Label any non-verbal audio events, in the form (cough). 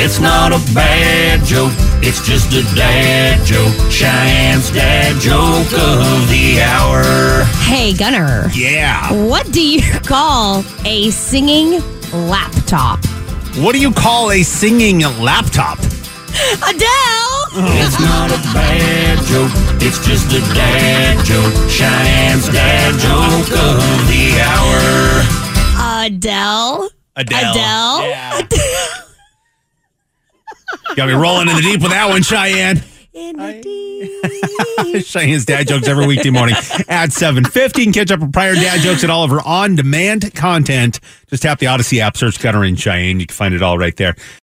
It's not a bad joke, it's just a dad joke. Cheyenne's dad joke of the hour. Hey, Gunner, Yeah. what do you (laughs) call a singing laptop? What do you call a singing laptop? Adele! It's not a bad joke, it's just a dad joke. Cheyenne's dad joke of the hour. Adele? Adele. Adele? Yeah. Got me rolling in the deep with that one, Cheyenne. In the (laughs) deep. Cheyenne's dad jokes every weekday morning at 7.50. And catch up with prior dad jokes and all of her on-demand content. Just tap the Odyssey app, search Gunner and Cheyenne. You can find it all right there.